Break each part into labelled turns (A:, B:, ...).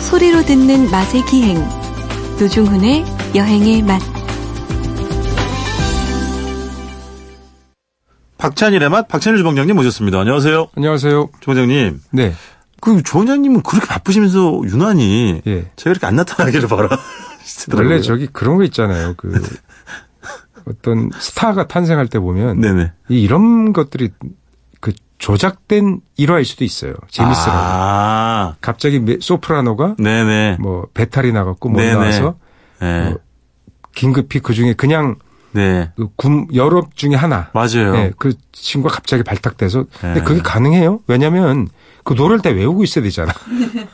A: 소리로 듣는 맛의 기행. 노중훈의 여행의 맛.
B: 박찬일의 맛, 박찬일 주방장님 모셨습니다. 안녕하세요.
C: 안녕하세요.
B: 주방장님.
C: 네.
B: 그럼 주원장님은 그렇게 바쁘시면서 유난히
C: 예.
B: 제가 이렇게 안 나타나기를 바라.
C: 원래 저기 그런 거 있잖아요. 그 어떤 스타가 탄생할 때 보면
B: 네네.
C: 이 이런 것들이 그 조작된 일화일 수도 있어요. 재밌으라고.
B: 아,
C: 갑자기 메- 소프라노가
B: 네네.
C: 뭐 배탈이 나갖고 못
B: 네네.
C: 나와서
B: 네.
C: 뭐 긴급히 그 중에 그냥
B: 네.
C: 그 군 여러 중에 하나.
B: 맞아요.
C: 예, 그 친구가 갑자기 발탁돼서 근데
B: 예.
C: 그게 가능해요? 왜냐면 그 노래를 다 외우고 있어야 되잖아.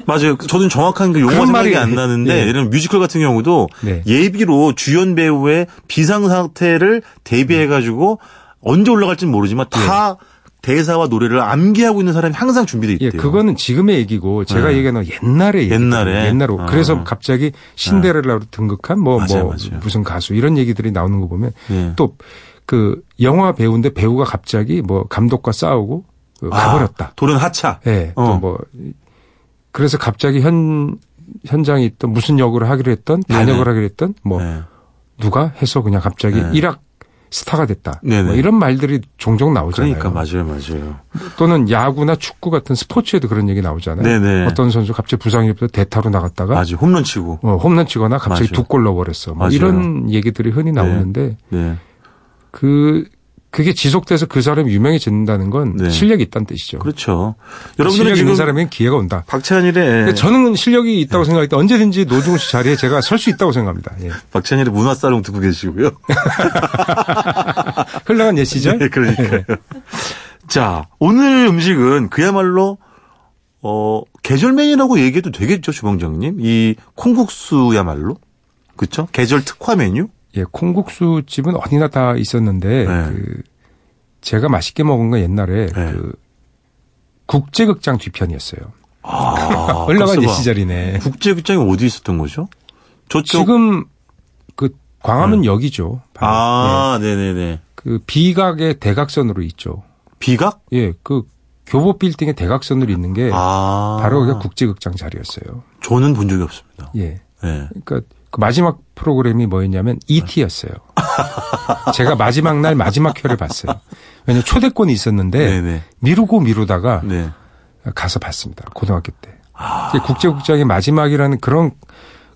B: 맞아요. 그 저는 정확한 그 용어
C: 그런
B: 생각이
C: 말이-
B: 안 나는데
C: 예.
B: 예를 들면 뮤지컬 같은 경우도
C: 네.
B: 예비로 주연 배우의 비상 상태를 대비해 가지고 언제 올라갈지는 모르지만 다 대사와 노래를 암기하고 있는 사람이 항상 준비돼
C: 예,
B: 있대요.
C: 그거는 지금의 얘기고 제가
B: 네.
C: 얘기하는 건 옛날의 얘기.
B: 옛날에?
C: 옛날로.
B: 아.
C: 그래서 갑자기 신데렐라로 등극한 뭐 뭐
B: 맞아요, 맞아요.
C: 무슨 가수 이런 얘기들이 나오는 거 보면
B: 예.
C: 또 그 영화 배우인데 배우가 갑자기 뭐 감독과 싸우고 그
B: 아,
C: 가버렸다.
B: 돌은 하차.
C: 예.
B: 어.
C: 또 뭐 그래서 갑자기 현 현장에 있던 무슨 역을 하기로 했던
B: 네네.
C: 반역을 하기로 했던 뭐
B: 네.
C: 누가 해서 그냥 갑자기
B: 네.
C: 일학 스타가 됐다. 뭐
B: 네네.
C: 이런 말들이 종종 나오잖아요.
B: 그러니까 맞아요, 맞아요.
C: 또는 야구나 축구 같은 스포츠에도 그런 얘기 나오잖아요.
B: 네네.
C: 어떤 선수 갑자기 부상이부터 대타로 나갔다가
B: 맞아요. 홈런 치고.
C: 어, 홈런 치거나 갑자기
B: 맞아요.
C: 두 골 넣어버렸어. 뭐
B: 맞아요.
C: 이런 얘기들이 흔히 나오는데
B: 네.
C: 그 그게 지속돼서 그 사람이 유명해진다는 건
B: 네.
C: 실력이 있다는 뜻이죠.
B: 그렇죠. 여러분들은 지금
C: 실력
B: 네.
C: 있는 사람에겐 기회가 온다.
B: 박찬일의
C: 근데 저는 실력이 있다고 생각할 때 언제든지 노중훈 씨 자리에 제가 설 수 있다고 생각합니다. 예.
B: 박찬일의 문화사롱 듣고 계시고요.
C: 흘러간 예 시절.
B: 네, 그러니까요. 자, 오늘 음식은 그야말로 어 계절맨이라고 얘기해도 되겠죠, 주방장님? 이 콩국수야말로 그렇죠? 계절 특화 메뉴?
C: 예, 콩국수 집은 어디나 다 있었는데
B: 네.
C: 그 제가 맛있게 먹은 건 옛날에 그 국제극장 뒤편이었어요.
B: 아,
C: 흘러간 예
B: 벌써 봐.
C: 시절이네.
B: 국제극장이 어디 있었던 거죠? 저쪽 네.
C: 지금 그 광화문역이죠. 바로.
B: 아, 네, 네, 네.
C: 예, 그 비각의 대각선으로 있죠.
B: 비각?
C: 예, 그 교보 빌딩의 대각선으로 있는 게
B: 아,
C: 예. 바로 그게 국제극장 자리였어요.
B: 저는 본 적이 없습니다.
C: 예.
B: 네.
C: 그러니까 그 마지막 프로그램이 뭐였냐면 ET였어요. 제가 마지막 날 마지막 회를 봤어요. 왜냐면 초대권이 있었는데
B: 네, 네.
C: 미루고 미루다가
B: 네. 아.
C: 가서 봤습니다. 고등학교 때. 이게 국제국장의 마지막이라는 그런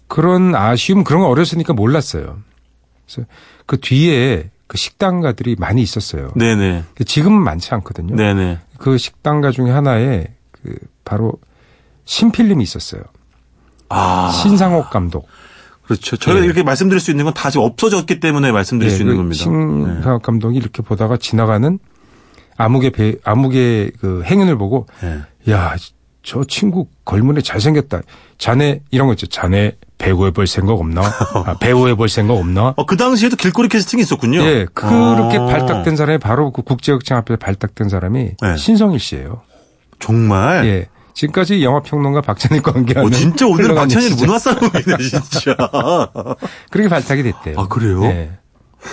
C: 그런 아쉬움 그런 거 어렸으니까 몰랐어요. 그래서 그 뒤에 그 식당가들이 많이 있었어요.
B: 네, 네.
C: 근데 지금은 많지 않거든요.
B: 네, 네.
C: 그 식당가 중에 하나에 그 바로 신필름이 있었어요.
B: 아.
C: 신상옥 감독.
B: 그렇죠. 저희가
C: 예.
B: 이렇게 말씀드릴 수 있는 건 다 지금 없어졌기 때문에 말씀드릴
C: 예,
B: 수 있는
C: 그
B: 겁니다. 네.
C: 신상옥 감독이 이렇게 보다가 지나가는 암흑의 배, 암흑의 그 행운을 보고
B: 예.
C: 야, 저 친구 걸문에 잘생겼다. 자네, 이런 거 있죠. 자네 배우해 볼 생각 없나? 아, 배우해 볼 생각 없나?
B: 어, 그 당시에도 길거리 캐스팅이 있었군요.
C: 예, 그렇게
B: 아.
C: 발탁된 사람이 바로 그 국제극장 앞에 발탁된 사람이
B: 네.
C: 신성일 씨예요
B: 정말.
C: 예. 지금까지 영화평론가 박찬일 관계하는
B: 어, 진짜 오늘
C: 흘러간
B: 박찬일
C: 시절.
B: 문화사람이네 진짜.
C: 그렇게 발탁이 됐대요.
B: 아, 그래요?
C: 예.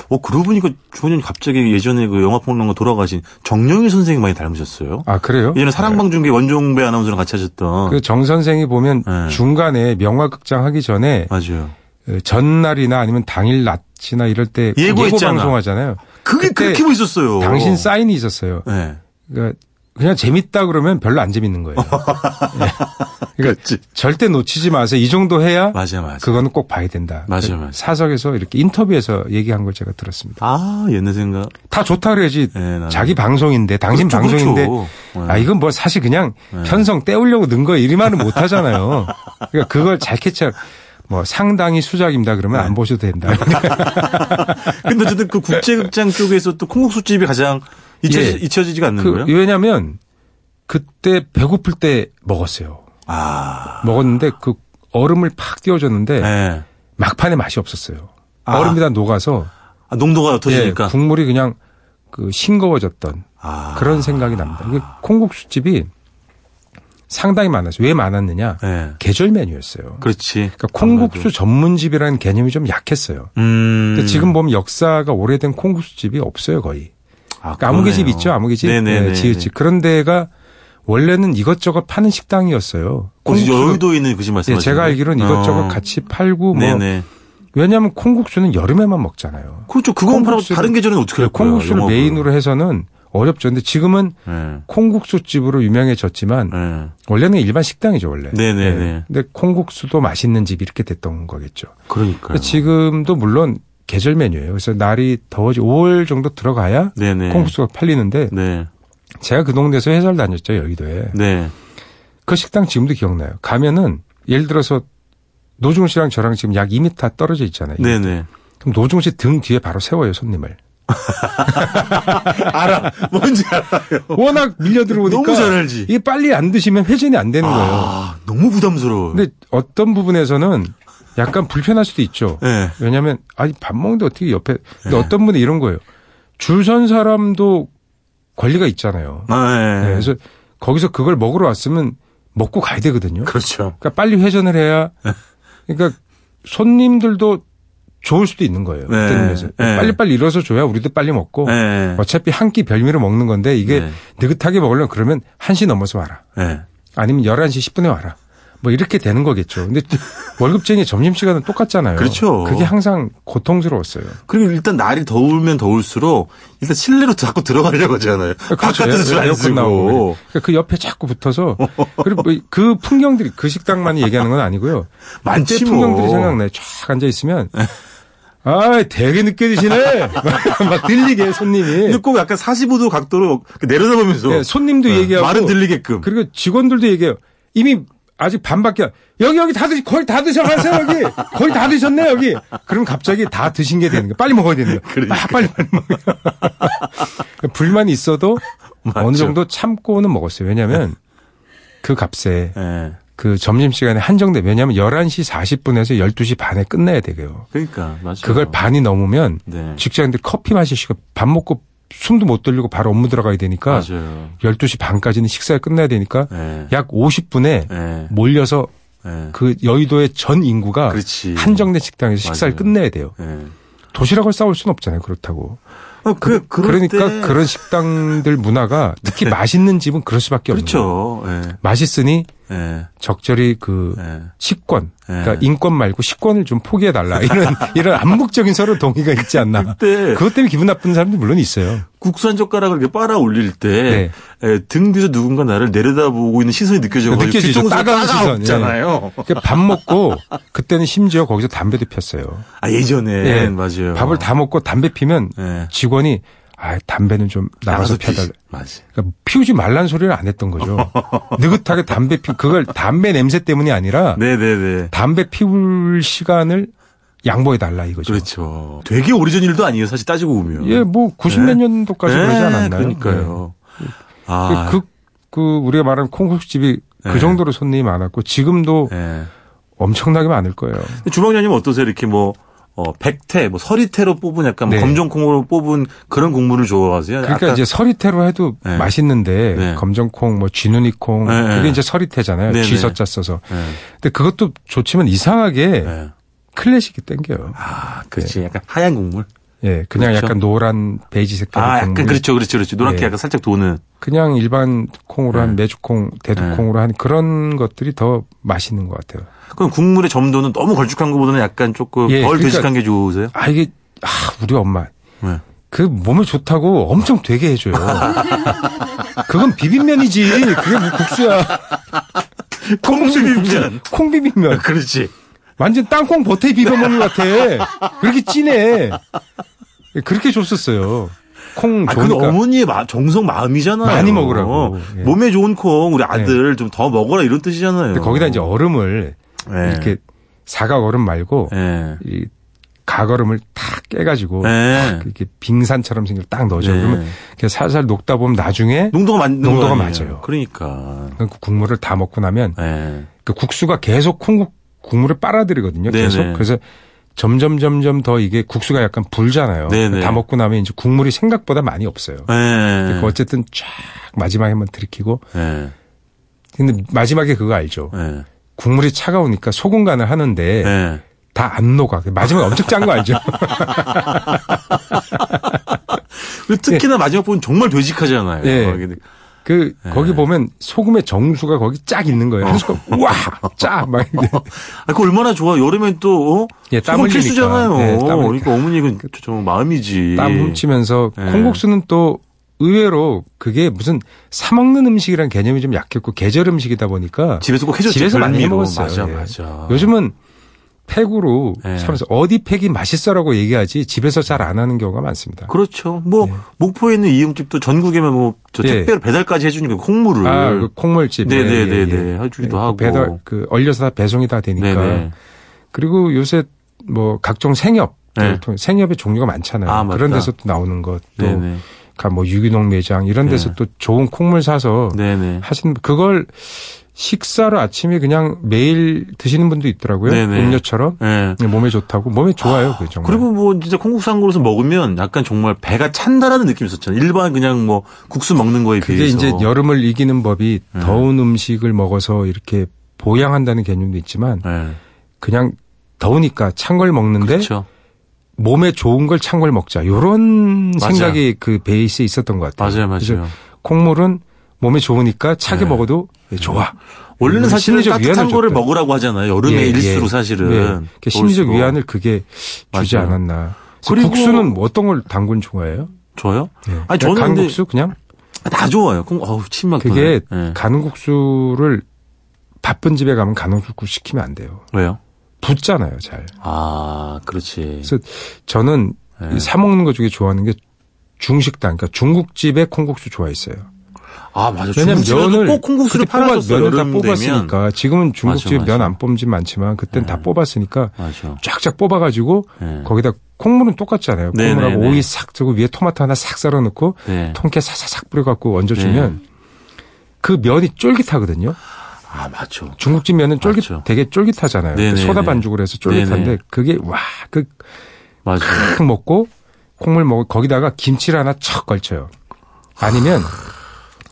B: 어 그러고 보니까 주원님 갑자기 예전에 그 영화 평론가 돌아가신 정영일 선생님 많이 닮으셨어요.
C: 아, 그래요?
B: 예전에 사랑방 중계 원종배 아나운서랑 같이 하셨던.
C: 그 정 선생이 보면
B: 네.
C: 중간에 명화극장 하기 전에
B: 맞아요.
C: 어, 전날이나 아니면 당일 낮이나 이럴 때 예고
B: 예고했잖아.
C: 방송하잖아요.
B: 그게
C: 그때
B: 그렇게 뭐 있었어요.
C: 당신 사인이 있었어요.
B: 네.
C: 그러니까 그냥 재밌다 그러면 별로 안 재밌는 거예요.
B: 어.
C: 예. 그러니까
B: 그렇지.
C: 절대 놓치지 마세요. 이 정도 해야
B: 맞아 맞아.
C: 그거는 꼭 봐야 된다.
B: 맞아요,
C: 그러니까
B: 맞아요.
C: 사석에서 이렇게 인터뷰에서 얘기한 걸 제가 들었습니다.
B: 아 옛날 생각.
C: 다 좋다 그래야지
B: 네, 나는.
C: 자기 방송인데 당신
B: 그렇죠,
C: 방송인데
B: 그렇죠. 네.
C: 아 이건 뭐 사실 그냥 편성 때우려고 넣은 거예요. 이만은 못 하잖아요. 그러니까 그걸 잘 캐쳐 뭐 상당히 수작입니다 그러면
B: 네.
C: 안 보셔도 된다.
B: 근데 어쨌든 그 국제극장 쪽에서 또 콩국수집이 가장
C: 예.
B: 잊혀지, 지가 않는
C: 그
B: 거예요?
C: 왜냐면 그때 배고플 때 먹었어요.
B: 아.
C: 먹었는데 그 얼음을 팍 띄워줬는데
B: 예.
C: 막판에 맛이 없었어요.
B: 아.
C: 얼음이 다 녹아서
B: 아, 농도가
C: 예,
B: 터지니까.
C: 국물이 그냥 그 싱거워졌던
B: 아.
C: 그런 생각이 납니다. 이게 콩국수집이 상당히 많았어요. 왜 많았느냐?
B: 예.
C: 계절 메뉴였어요.
B: 그렇지.
C: 그러니까 콩국수 전문집이라는 개념이 좀 약했어요.
B: 음.
C: 근데 지금 보면 역사가 오래된 콩국수집이 없어요 거의.
B: 아,
C: 그러니까 아무개집 예,
B: 그러네요.
C: 있죠, 아무개집,
B: 네네네.
C: 지읒집 그런 데가 원래는 이것저것 파는 식당이었어요.
B: 혹시
C: 콩국수도-
B: 여의도에 있는 그집 말씀하시는
C: 예, 제가
B: 거예요?
C: 알기로는 이것저것
B: 어.
C: 같이 팔고 뭐
B: 네네.
C: 왜냐하면 콩국수는 여름에만 먹잖아요.
B: 그렇죠. 그건 팔고
C: 콩국수를-
B: 다른 계절은 어떻게 할 거예요?
C: 콩국수를
B: 영업으로.
C: 메인으로 해서는 어렵죠. 근데 지금은
B: 예.
C: 콩국수 집으로 유명해졌지만
B: 예.
C: 원래는 일반 식당이죠 원래.
B: 네네네.
C: 예. 근데 콩국수도 맛있는 집 이렇게 됐던 거겠죠.
B: 그러니까요.
C: 근데 지금도 물론 계절 메뉴예요. 그래서 날이 더워지 5월 정도 들어가야
B: 네네.
C: 콩국수가 팔리는데
B: 네.
C: 제가 그 동네에서 회사를 다녔죠 여의도에.
B: 네.
C: 그 식당 지금도 기억나요. 가면은 예를 들어서 노중훈 씨랑 저랑 지금 약 2m 떨어져 있잖아요.
B: 네네.
C: 그럼 노중훈 씨 등 뒤에 바로 세워요 손님을.
B: 알아. 뭔지 알아요.
C: 워낙 밀려 들어오니까
B: 어. 너무 잘 알지.
C: 이게 빨리 안 드시면 회전이 안 되는 거예요.
B: 아, 너무 부담스러워요.
C: 근데 어떤 부분에서는 약간 불편할 수도 있죠.
B: 네.
C: 왜냐하면 아니 밥 먹는데 어떻게 옆에 근데 어떤 분은 이런 거예요. 줄 선 사람도 권리가 있잖아요.
B: 아, 예.
C: 네, 그래서 거기서 그걸 먹으러 왔으면 먹고 가야 되거든요.
B: 그렇죠.
C: 그러니까 빨리 회전을 해야 그러니까 손님들도 좋을 수도 있는 거예요.
B: 네.
C: 어떤 면에서
B: 네.
C: 빨리빨리 일어서 줘야 우리도 빨리 먹고
B: 예.
C: 어차피 한 끼 별미로 먹는 건데 이게
B: 네.
C: 느긋하게 먹으려면 그러면 1시 넘어서 와라.
B: 예.
C: 아니면 11시 10분에 와라. 뭐 이렇게 되는 거겠죠. 근데 월급쟁이 점심시간은 똑같잖아요.
B: 그렇죠.
C: 그게 항상 고통스러웠어요.
B: 그리고 일단 날이 더우면 더울수록 일단 실내로 자꾸 들어가려고 하잖아요.
C: 그
B: 바깥에서
C: 그렇죠. 네, 에-
B: 잘안
C: 에어컨 나오고.
B: 쓰고.
C: 그러니까 그 옆에 자꾸 붙어서 그리고 뭐그 풍경들이 그 식당만이 얘기하는 건 아니고요.
B: 많지
C: 그때
B: 뭐.
C: 풍경들이 생각나요. 쫙 앉아 있으면 아, 되게 늦게 드시네. 막 들리게 손님이.
B: 근데 꼭 약간 45도 각도로 내려다보면서
C: 네, 손님도 얘기하고
B: 말은 들리게끔.
C: 그리고 직원들도 얘기해요. 이미 아직 반밖에 안- 여기 여기 다 드시 거의 다 드셔가세요 여기 거의 다 드셨네 여기. 그럼 갑자기 다 드신 게 되는 거예요. 빨리 먹어야 되는 거예요. 아,
B: 그러니까.
C: 빨리 빨리 먹어요. 그러니까 불만이 있어도 어느 정도 참고는 먹었어요. 왜냐하면 그 값에
B: 예.
C: 그 점심시간에 한정돼. 왜냐하면 11시 40분에서 12시 반에 끝내야 되고요.
B: 그러니까 맞아요.
C: 그걸 반이 넘으면
B: 네.
C: 직장인들 커피 마시시고 밥 먹고 숨도 못 돌리고 바로 업무 들어가야 되니까
B: 맞아요.
C: 12시 반까지는 식사를 끝내야 되니까
B: 예.
C: 약 50분에
B: 예.
C: 몰려서
B: 예.
C: 그 여의도의 전 인구가
B: 그렇지.
C: 한정된 식당에서 식사를
B: 맞아요.
C: 끝내야 돼요.
B: 예.
C: 도시락을 싸올 수는 없잖아요. 그렇다고.
B: 아, 그,
C: 그러
B: 럴
C: 니까
B: 때- 네.
C: 그런 식당들 문화가 특히 맛있는 집은 그럴 수밖에 없는 거예요.
B: 그렇죠. 예.
C: 맛있으니
B: 예.
C: 적절히 그
B: 예.
C: 식권, 그러니까
B: 예.
C: 인권 말고 식권을 좀 포기해 달라 이런 이런 암묵적인 서로 동의가 있지 않나.
B: 그때
C: 그것 때문에 기분 나쁜 사람도 물론 있어요.
B: 국산 젓가락을 이렇게 빨아 올릴 때, 에, 등 뒤에서 누군가 나를 내려다보고 있는 시선이 느껴져가지고,
C: 네. 아, 느껴지죠.
B: 뒤통수가
C: 따가운 시선,
B: 따가웠잖아요.
C: 그러니까 밥 먹고 그때는 심지어 거기서 담배도 폈어요.
B: 아, 예전에.
C: 예.
B: 맞아요.
C: 밥을 다 먹고 담배 피면
B: 예.
C: 직원이 아 담배는 좀 나가서
B: 피지.
C: 피달라.
B: 맞아.
C: 그러니까 피우지 말란 소리를 안 했던 거죠. 느긋하게 담배 피 그걸 담배 냄새 때문이 아니라
B: 네네네.
C: 담배 피울 시간을 양보해 달라 이거죠.
B: 그렇죠. 되게 오래전 일도 아니에요. 사실 따지고 보면.
C: 예, 뭐 90몇
B: 네.
C: 년도까지
B: 예,
C: 그러지 않았나요?
B: 그러니까요.
C: 네.
B: 아.
C: 그, 그 우리가 말하는 콩국수집이
B: 네.
C: 그 정도로 손님이 많았고 지금도
B: 예.
C: 엄청나게 많을 거예요.
B: 주방장님 은 어떠세요? 이렇게 뭐, 어, 백태, 뭐, 서리태로 뽑은 약간 뭐
C: 네.
B: 검정콩으로 뽑은 그런 국물을 좋아하세요?
C: 그러니까
B: 아까-
C: 이제 서리태로 해도
B: 네.
C: 맛있는데
B: 네.
C: 검정콩 뭐 쥐누니콩
B: 네, 네.
C: 그게 이제 서리태잖아요.
B: 네, 네.
C: 쥐서자 써서.
B: 예.
C: 근데 그것도 좋지만 이상하게
B: 예.
C: 클래식이 땡겨요.
B: 아, 그렇지. 약간 하얀 국물.
C: 예, 그냥
B: 그렇죠.
C: 약간 노란 베이지 색깔의
B: 아, 약간
C: 국물이
B: 그렇죠, 그렇죠, 그렇죠. 노랗게
C: 네.
B: 약간 살짝 도는.
C: 그냥 일반
B: 네.
C: 콩으로 한 메주콩, 대두콩으로 한 그런 것들이 더 맛있는 것 같아요.
B: 그럼 국물의 점도는 너무 걸쭉한 것보다는 약간 조금
C: 예,
B: 덜
C: 그러니까-
B: 되직한 게 좋으세요?
C: 아 이게 아 우리 엄마
B: 네.
C: 그 몸에 좋다고 엄청 되게 해줘요. 그건 비빔면이지. 그게 뭐 국수야.
B: 콩국수 비빔면.
C: 콩비빔면.
B: 아, 그렇지.
C: 완전 땅콩 버터에 비벼 먹는 것 같아. 그렇게 진해. 그렇게 줬었어요. 콩
B: 아, 근데
C: 좋으니까.
B: 어머니의 마- 정성 마음이잖아요.
C: 많이 먹으라고. 예.
B: 몸에 좋은 콩, 우리 아들 좀 더 먹어라 이런 뜻이잖아요.
C: 근데 거기다 이제 얼음을
B: 예.
C: 이렇게 사각 얼음 말고
B: 예.
C: 이 가거름을 탁 깨가지고
B: 예.
C: 이렇게 빙산처럼 생겨 딱 넣어줘.
B: 네.
C: 그러면 이렇게 살살 녹다 보면 나중에
B: 농도가 맞는
C: 농도가
B: 거 아니에요.
C: 맞아요.
B: 그러니까.
C: 그 국물을 다 먹고 나면
B: 예.
C: 그 국수가 계속 콩국 국물을 빨아들이거든요. 계속
B: 네네.
C: 그래서 점점 점점 더 이게 국수가 약간 불잖아요.
B: 네네.
C: 다 먹고 나면 이제 국물이 생각보다 많이 없어요.
B: 예.
C: 그 어쨌든 쫙 마지막에 한번 들이키고
B: 예.
C: 근데 마지막에 그거 알죠.
B: 예.
C: 국물이 차가우니까 소금간을 하는데
B: 예.
C: 다 안 녹아. 마지막에 엄청 짠 거 알죠.
B: 그리고 특히나 마지막 부분 정말 되직하잖아요.
C: 예.
B: 근데
C: 그 거기 보면 소금의 정수가 거기 쫙 있는 거예요. 한 수가 와쫙막
B: 아, 그 얼마나 좋아. 여름엔 또, 어?
C: 예, 땀
B: 소금
C: 흘리니까.
B: 필수잖아요.
C: 예, 땀 흘리니까.
B: 그러니까 어머니 이건 저- 저 마음이지.
C: 땀 훔치면서
B: 예.
C: 콩국수는 또 의외로 그게 무슨 사 먹는 음식이란 개념이 좀 약했고 계절 음식이다 보니까
B: 집에서 꼭 해줬죠.
C: 집에서 많이 해
B: 별미로.
C: 먹었어요.
B: 맞아,
C: 예.
B: 맞아.
C: 요즘은 팩으로
B: 예.
C: 참면서 어디 팩이 맛있어라고 얘기하지 집에서 잘 안 하는 경우가 많습니다.
B: 그렇죠. 뭐, 목포에 있는 이음집도 전국에만 뭐, 저
C: 예.
B: 택배로 배달까지 해주니까, 콩물을.
C: 아, 그 콩물집.
B: 네네네네.
C: 예, 예, 예.
B: 해주기도
C: 그
B: 하고.
C: 배달 그 얼려서 다 배송이 다 되니까.
B: 네네.
C: 그리고 요새 뭐 각종 생협
B: 네.
C: 통- 생협의 종류가 많잖아요.
B: 아, 맞다.
C: 그런 데서 또 나오는 것, 또뭐
B: 네네.
C: 유기농 매장 이런 데서
B: 네.
C: 또 좋은 콩물 사서
B: 네네.
C: 하신 그걸 식사로 아침에 그냥 매일 드시는 분도 있더라고요.
B: 네네.
C: 음료처럼
B: 예.
C: 몸에 좋다고 몸에 좋아요. 그 정말.
B: 그리고 뭐 진짜 콩국수한그릇을 먹으면 약간 정말 배가 찬다라는 느낌이 있었잖아요. 일반 그냥 뭐 국수 먹는 거에
C: 그게
B: 비해서.
C: 이제 여름을 이기는 법이
B: 네.
C: 더운 음식을 먹어서 이렇게 보양한다는 개념도 있지만
B: 예.
C: 그냥 더우니까 찬 걸 먹는데
B: 그렇죠.
C: 몸에 좋은 걸 찬 걸 먹자. 요런
B: 맞아요.
C: 생각이 그 베이스에 있었던 것 같아요.
B: 맞아요,
C: 그래서
B: 맞아요. 네.
C: 콩물은 몸에 좋으니까 차게 먹어도 좋아.
B: 원래는
C: 음,
B: 사실은
C: 심리적
B: 따뜻한
C: 위안을
B: 거를
C: 줬다.
B: 먹으라고 하잖아요. 여름에
C: 예,
B: 일수록
C: 예.
B: 사실은.
C: 네. 그러니까 심리적
B: 더울수록.
C: 위안을 그게 주지
B: 맞아요.
C: 않았나.
B: 그리고-
C: 그리고 국수는 뭐 어떤 걸 담근 좋아해요?
B: 저요?
C: 예.
B: 아니, 저는 근데
C: 간국수 그냥
B: 다 좋아요. 콩, 어우, 침막
C: 그게
B: 예.
C: 간국수를 바쁜 집에 가면 간국수 시키면 안 돼요.
B: 왜요?
C: 붙잖아요, 잘.
B: 아, 그렇지.
C: 그래서 저는
B: 예.
C: 사 먹는 것 중에 좋아하는 게 중식당, 그러니까 중국집에 콩국수 좋아했어요.
B: 아, 맞아.
C: 왜냐면
B: 중국집에도
C: 면을
B: 꼭 콩국수를
C: 그때 뽑아-
B: 팔아줬어요.
C: 면을 다
B: 여름 되면.
C: 뽑았으니까 지금은 중국집에
B: 맞아, 맞아.
C: 면 안 뽑진 많지만 그땐 다 뽑았으니까
B: 맞아.
C: 쫙쫙 뽑아가지고
B: 네.
C: 거기다 콩물은 똑같잖아요.
B: 네,
C: 콩물하고
B: 네, 네.
C: 오이 싹 들고 위에 토마토 하나 싹 썰어 넣고
B: 네.
C: 통깨 사사삭 뿌려갖고 얹어주면 그 면이 쫄깃하거든요.
B: 아, 맞죠.
C: 중국집 면은 쫄깃
B: 맞죠.
C: 되게 쫄깃하잖아요.
B: 네, 네,
C: 소다
B: 네.
C: 반죽을 해서 쫄깃한데
B: 네, 네.
C: 그게 와그
B: 맞아.
C: 탁 먹고 콩물 먹고 거기다가 김치를 하나 척 걸쳐요. 아니면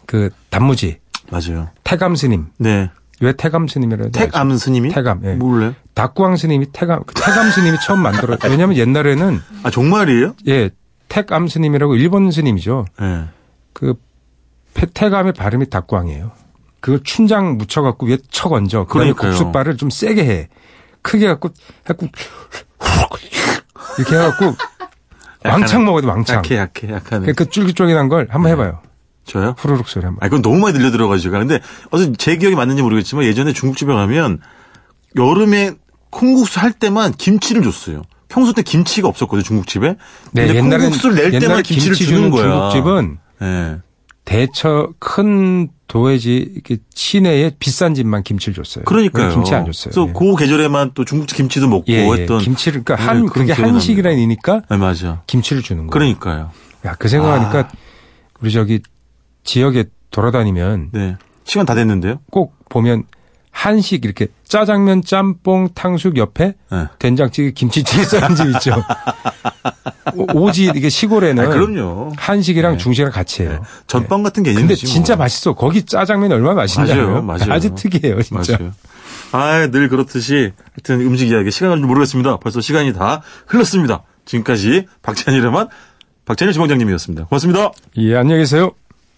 C: 그 단무지
B: 맞아요.
C: 태감 스님
B: 네.
C: 왜 태감 스님이라고 하죠?
B: 택암 스님이?
C: 태감, 예.
B: 몰라요.
C: 닭구왕 스님이 태감 그 태감 스님이 처음 만들어 왜냐하면 옛날에는
B: 아, 정말이에요?
C: 예 태감 스님이라고 일본 스님이죠
B: 예.
C: 그 태- 태감의 발음이 닭구왕이에요 그걸 춘장 묻혀갖고 위에 척 얹어 그다음에
B: 그러니까요.
C: 국수발을 좀 세게 해 크게 갖고 해갖고 이렇게 해갖고 왕창 먹어도 왕창
B: 약해, 약해, 약하네.
C: 그 쫄깃쫄깃한 걸 한번 해봐요
B: 저요?
C: 후루룩 소리 한번
B: 아, 그건 너무 많이 들려 들어가지고. 근데, 어제 제 기억이 맞는지 모르겠지만, 예전에 중국집에 가면, 여름에 콩국수 할 때만 김치를 줬어요. 평소 때 김치가 없었거든요, 중국집에. 근데
C: 네, 옛날엔-
B: 콩국수를 낼 때만
C: 옛날에
B: 김치를
C: 김치
B: 주는
C: 주는
B: 거야.
C: 중국집은 네,
B: 예.
C: 대처 큰 도회지 이렇게 시내에 비싼 집만 김치를 줬어요.
B: 그러니까요.
C: 김치 안 줬어요.
B: 그래서
C: 예.
B: 그 계절에만 또 중국집 김치도 먹고
C: 예, 예.
B: 했던.
C: 김치를
B: 네,
C: 그러니까 한
B: 그런
C: 그게
B: 기억이 납니다.
C: 한식이라니까
B: 네, 맞아.
C: 김치를 주는 거예요.
B: 그러니까요. 아.
C: 야, 그 생각하니까 우리 저기 지역에 돌아다니면
B: 네. 시간 다 됐는데요.
C: 꼭 보면 한식 이렇게 짜장면, 짬뽕, 탕수육 옆에
B: 예.
C: 된장찌개, 김치찌개 써있는 집 있죠. 오- 오지 이게 시골에는
B: 아, 그럼요. 네.
C: 한식이랑 중식이랑 같이 해요.
B: 전빵 같은 개념이지.
C: 네. 근데 진짜 맛있어. 거기 짜장면이 얼마나
B: 예, 맞아요,
C: 맛있냐고요.
B: 맞아요.
C: 아주 특이해요, 진짜.
B: 맞아요. 아, 늘 그렇듯이 하여튼 음식 이야기 시간 가는 줄 모르겠습니다. 벌써 시간이 다 흘렀습니다. 지금까지 박찬일의 맛 박찬일 주방장님이었습니다. 고맙습니다.
C: 예, 안녕히 계세요.